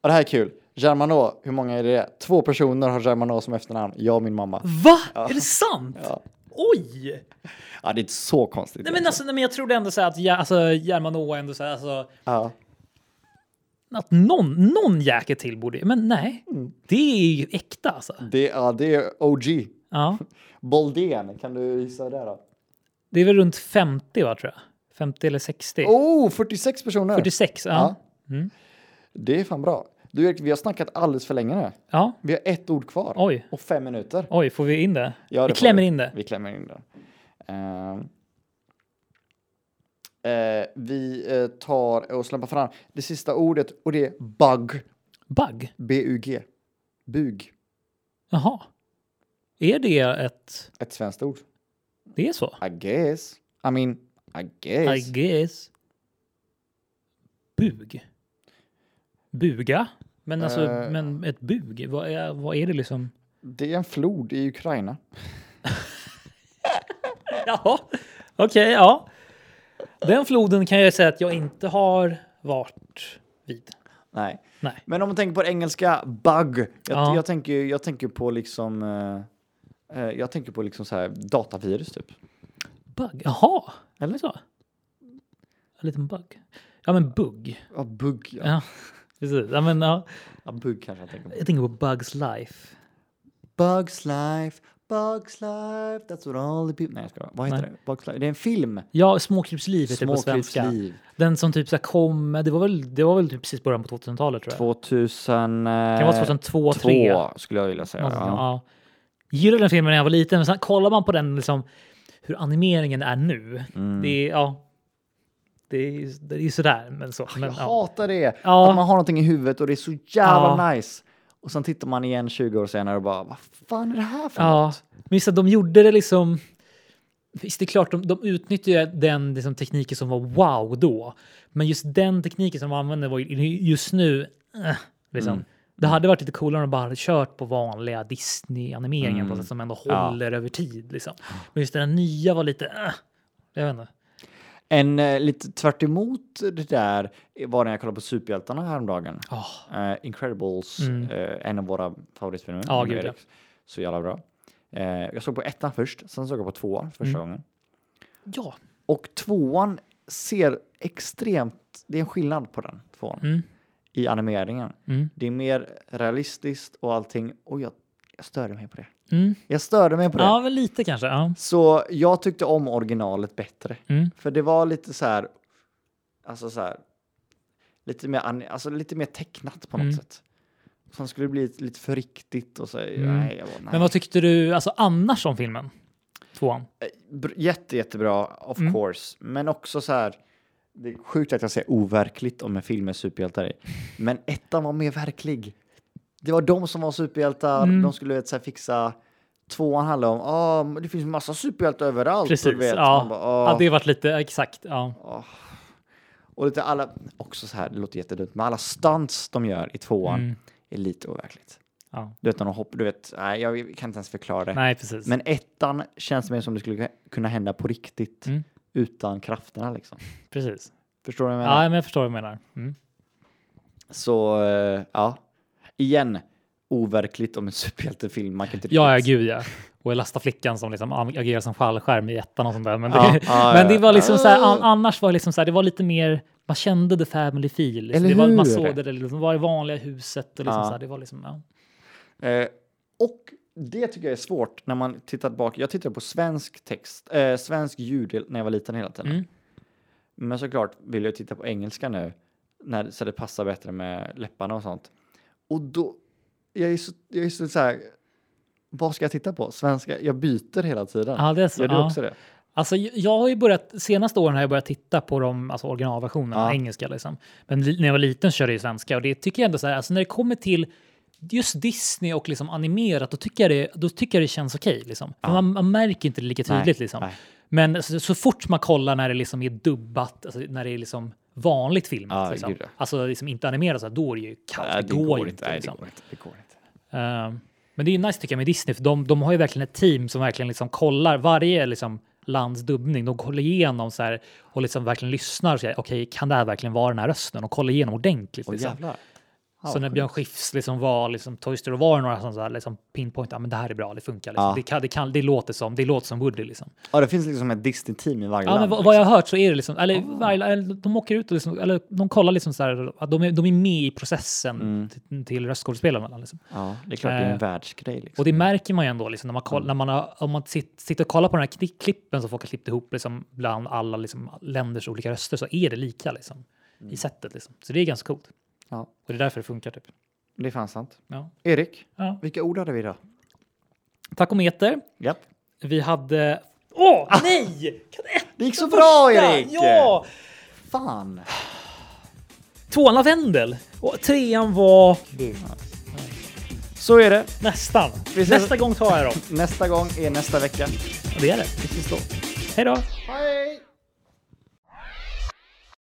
[SPEAKER 3] Och det här är kul. Germano, hur många är det? Två personer har Germano som efternamn. Jag och min mamma.
[SPEAKER 2] Va? Är det sant? Oj!
[SPEAKER 3] Ja, det är inte så konstigt.
[SPEAKER 2] Nej men, alltså, nej, men jag trodde ändå så här att ja, alltså, Germano ändå så här, alltså,
[SPEAKER 3] ja.
[SPEAKER 2] att någon, någon jäkel till borde... Men nej, det är ju äkta alltså.
[SPEAKER 3] Det, ja, det är OG.
[SPEAKER 2] Ja,
[SPEAKER 3] Boldén, kan du gissa det då?
[SPEAKER 2] det är väl runt 50 va, tror jag. 50 eller 60.
[SPEAKER 3] Oh, 46 personer!
[SPEAKER 2] 46, ja.
[SPEAKER 3] Ja.
[SPEAKER 2] ja.
[SPEAKER 3] Det är fan bra. Du Erik, vi har snackat alldeles för länge nu. Vi har ett ord kvar.
[SPEAKER 2] Oj.
[SPEAKER 3] Och fem minuter.
[SPEAKER 2] Oj, får vi in det?
[SPEAKER 3] Ja,
[SPEAKER 2] vi
[SPEAKER 3] får
[SPEAKER 2] klämmer in det.
[SPEAKER 3] Vi klämmer in det. Ehm. Eh, vi eh, tar och släpper fram det sista ordet och det är bug.
[SPEAKER 2] Bug?
[SPEAKER 3] B-U-G. Bug.
[SPEAKER 2] Jaha. Är det ett...
[SPEAKER 3] Ett svenskt ord.
[SPEAKER 2] Det är så?
[SPEAKER 3] I guess. I mean, I guess.
[SPEAKER 2] I guess. Bug. Buga? Men alltså,
[SPEAKER 3] Eh.
[SPEAKER 2] men ett bug, vad är, vad är det liksom?
[SPEAKER 3] Det är en flod i Ukraina.
[SPEAKER 2] Jaha, okej, ja. Den floden kan jag säga att jag inte har varit vid.
[SPEAKER 3] Nej.
[SPEAKER 2] Nej.
[SPEAKER 3] Men om man tänker på det engelska, bug. Jag,
[SPEAKER 2] Ja.
[SPEAKER 3] jag, tänker, jag tänker på liksom... eh, eh, jag tänker på liksom så här datavirus typ.
[SPEAKER 2] Bug? Jaha,
[SPEAKER 3] Eller?
[SPEAKER 2] så? En liten bug? Ja, men bugg.
[SPEAKER 3] Ja, bugg. Ja.
[SPEAKER 2] Ja, precis. Ja, men, ja.
[SPEAKER 3] ja, bugg kanske jag tänker på.
[SPEAKER 2] Jag tänker på Bugs Life.
[SPEAKER 3] Bugs life, bugs life, that's what all the people... Nej, jag skojar. Vad heter
[SPEAKER 2] Nej.
[SPEAKER 3] det? Bugs life. Det är en film.
[SPEAKER 2] Ja, Småkrypsliv heter det på svenska.
[SPEAKER 3] Småkrypsliv.
[SPEAKER 2] Den som typ så här kom, det var väl, det var väl typ precis början på 2000-talet tror jag.
[SPEAKER 3] 2000...
[SPEAKER 2] Det kan vara 2002, 2003.
[SPEAKER 3] eh, skulle jag vilja säga.
[SPEAKER 2] Någonting,
[SPEAKER 3] Ja.
[SPEAKER 2] Alltså, Ja. Gillade den filmen när jag var liten, men sen kollar man på den liksom, hur animeringen är nu.
[SPEAKER 3] Mm.
[SPEAKER 2] Det är, ja, det är, det är ju sådär, men så. Men,
[SPEAKER 3] Jag
[SPEAKER 2] ja.
[SPEAKER 3] hatar det.
[SPEAKER 2] Ja.
[SPEAKER 3] Att man har någonting i huvudet och det är så jävla
[SPEAKER 2] Ja.
[SPEAKER 3] nice. Och sen tittar man igen 20 år senare och bara, vad fan är det här för
[SPEAKER 2] ja.
[SPEAKER 3] något?
[SPEAKER 2] Men just att de gjorde det liksom... Visst, det är klart, de, de utnyttjade den liksom, tekniken som var wow då. Men just den tekniken som de använde var ju- just nu... eh, liksom.
[SPEAKER 3] Mm.
[SPEAKER 2] Det hade varit lite coolare om de bara hade kört på vanliga Disney-animeringen på ett sätt som ändå
[SPEAKER 3] Mm. Ja.
[SPEAKER 2] håller över tid. Liksom. Men just den här nya var lite... eh, jag vet inte.
[SPEAKER 3] En eh, lite tvärt emot det där var när jag kollade på Superhjältarna häromdagen.
[SPEAKER 2] Ah.
[SPEAKER 3] Eh, Incredibles, eh, en av våra favoritfilmer.
[SPEAKER 2] Mm. Ja,
[SPEAKER 3] med
[SPEAKER 2] gud, ja.
[SPEAKER 3] Eriks. Så jävla bra. Eh, jag såg på ettan först, sen såg jag på tvåan första
[SPEAKER 2] Mm.
[SPEAKER 3] gången.
[SPEAKER 2] Ja,
[SPEAKER 3] Och tvåan ser extremt, det är en skillnad på den tvåan. I animeringen.
[SPEAKER 2] Mm.
[SPEAKER 3] Det är mer realistiskt och allting. Och jag, jag störde mig på det.
[SPEAKER 2] Mm.
[SPEAKER 3] Jag störde mig på det.
[SPEAKER 2] ja väl lite kanske. Ja.
[SPEAKER 3] Så jag tyckte om originalet bättre.
[SPEAKER 2] Mm.
[SPEAKER 3] För det var lite så här, alltså så här, lite mer, an- alltså lite mer tecknat på något
[SPEAKER 2] Mm.
[SPEAKER 3] sätt. Sen skulle det bli lite- lite för riktigt och så, nej, jag bara, nej.
[SPEAKER 2] Mm. Men vad tyckte du alltså, annars om filmen? Tvåan?
[SPEAKER 3] Eh, Br- Jätte, jättebra, of
[SPEAKER 2] Mm.
[SPEAKER 3] course. Men också så här, det är sjukt att jag säger overkligt om en film med superhjältar i. Men ettan var mer verklig. Det var de som var superhjältar,
[SPEAKER 2] Mm.
[SPEAKER 3] de skulle vet, så här, fixa Tvåan handlar om, ah det finns massa superhjältar överallt. och
[SPEAKER 2] Precis.
[SPEAKER 3] du vet.
[SPEAKER 2] Ja.
[SPEAKER 3] Man bara, "Ah."
[SPEAKER 2] ja, det varit lite exakt. Ja.
[SPEAKER 3] Åh. Och lite alla, också så här, det låter jättedumt, men alla stunts de gör i tvåan
[SPEAKER 2] Mm.
[SPEAKER 3] är lite overkligt.
[SPEAKER 2] Ja.
[SPEAKER 3] Du vet när de hoppar, du vet, nej jag kan inte ens förklara det.
[SPEAKER 2] Nej, precis.
[SPEAKER 3] Men ettan känns mer som det skulle kunna hända på riktigt
[SPEAKER 2] Mm.
[SPEAKER 3] utan krafterna liksom.
[SPEAKER 2] precis.
[SPEAKER 3] Förstår du vad jag
[SPEAKER 2] Ja,
[SPEAKER 3] menar?
[SPEAKER 2] men jag förstår vad du menar. Mm.
[SPEAKER 3] Så, eh, ja. Igen, overkligt om en superhjältefilm. Man kan inte
[SPEAKER 2] Ja, ja,
[SPEAKER 3] riktigt-
[SPEAKER 2] gud ja. Och Elasta flickan som liksom agerar som fallskärm i ettan och sånt där. Men det,
[SPEAKER 3] Ja, ja,
[SPEAKER 2] men
[SPEAKER 3] ja.
[SPEAKER 2] det var liksom så här, an, annars var det liksom så här, det var lite mer, man kände the family feel. Liksom.
[SPEAKER 3] Eller
[SPEAKER 2] Det var, man
[SPEAKER 3] hur?
[SPEAKER 2] såg det, det liksom var i vanliga huset och liksom
[SPEAKER 3] Ja.
[SPEAKER 2] så här, det var liksom, ja.
[SPEAKER 3] Eh, och det tycker jag är svårt när man tittar tillbaka. Jag tittade på svensk text, eh, svensk ljud när jag var liten hela tiden.
[SPEAKER 2] Mm.
[SPEAKER 3] Men såklart vill jag titta på engelska nu, när, så det passar bättre med läpparna och sånt. Och då, jag är så, jag är så, så här, vad ska jag titta på? Svenska? Jag byter hela tiden.
[SPEAKER 2] Ja, det är så,
[SPEAKER 3] Gör du
[SPEAKER 2] ja.
[SPEAKER 3] också det?
[SPEAKER 2] Alltså, j- jag har ju börjat, senaste åren har jag börjat titta på de alltså, originalversionerna,
[SPEAKER 3] Ja.
[SPEAKER 2] engelska liksom. Men li- när jag var liten så körde jag ju svenska och det tycker jag ändå så här, alltså när det kommer till just Disney och liksom animerat, då tycker jag det, då tycker jag det känns okej liksom. För man, man märker inte det lika
[SPEAKER 3] Nej,
[SPEAKER 2] tydligt liksom.
[SPEAKER 3] nej.
[SPEAKER 2] Men så, så fort man kollar när det liksom är dubbat, alltså, när det är liksom vanligt filmat,
[SPEAKER 3] Ja,
[SPEAKER 2] liksom.
[SPEAKER 3] gud, ja.
[SPEAKER 2] alltså liksom inte animerat, så här, då är det ju kaos.
[SPEAKER 3] Nej,
[SPEAKER 2] det, går ju inte.
[SPEAKER 3] Nej,
[SPEAKER 2] liksom.
[SPEAKER 3] det går inte. Det går inte.
[SPEAKER 2] Ehm, men det är ju nice tycker jag med Disney, för de, de har ju verkligen ett team som verkligen liksom kollar varje liksom lands dubbning. De kollar igenom så här, och liksom verkligen lyssnar. och säger, Okej, kan det här verkligen vara den här rösten? Och kollar igenom ordentligt.
[SPEAKER 3] Åh,
[SPEAKER 2] liksom.
[SPEAKER 3] jävlar.
[SPEAKER 2] så när Björn Skifs liksom var liksom, Toy Story var det några som så här, liksom pinpointade, "Ja, men det här är bra, det funkar. Liksom.
[SPEAKER 3] Ja.
[SPEAKER 2] Det, kan, det, kan, det, låter som, det låter som Woody. Liksom.
[SPEAKER 3] Ja, det finns liksom ett Disney-team i varje
[SPEAKER 2] Ja, men
[SPEAKER 3] land.
[SPEAKER 2] vad, vad jag har hört så är det liksom, eller,
[SPEAKER 3] Ah.
[SPEAKER 2] varje- eller de åker ut och liksom, eller de kollar liksom så här, att de är, de är med i processen
[SPEAKER 3] Mm.
[SPEAKER 2] till, till röstskådespelarna. Liksom.
[SPEAKER 3] ja, det är klart, det är en
[SPEAKER 2] Eh,
[SPEAKER 3] världsgrej. Liksom.
[SPEAKER 2] Och det märker man ju ändå liksom, när man, koll, när man, har, om man sit, sitter och kollar på den här kli- klippen som folk har klippt ihop liksom, bland alla liksom, länders olika röster så är det lika liksom,
[SPEAKER 3] Mm.
[SPEAKER 2] i sättet. Liksom. Så det är ganska coolt.
[SPEAKER 3] Ja.
[SPEAKER 2] Och det är därför det funkar. Typ.
[SPEAKER 3] Det är fan sant.
[SPEAKER 2] Ja.
[SPEAKER 3] Erik,
[SPEAKER 2] Ja.
[SPEAKER 3] vilka ord hade vi idag?
[SPEAKER 2] Takometer.
[SPEAKER 3] Japp.
[SPEAKER 2] Vi hade... Åh, nej! Kan ett
[SPEAKER 3] Det gick Ah! så bra
[SPEAKER 2] första?
[SPEAKER 3] Erik!
[SPEAKER 2] Ja!
[SPEAKER 3] Fan!
[SPEAKER 2] Tvåan lavendel. Och trean var
[SPEAKER 3] Så är det.
[SPEAKER 2] nästan.
[SPEAKER 3] ses-
[SPEAKER 2] Nästa gång tar jag dem.
[SPEAKER 3] Nästa gång är nästa vecka.
[SPEAKER 2] Och det är det.
[SPEAKER 3] Vi ses då.
[SPEAKER 2] Hej då!
[SPEAKER 3] Hej!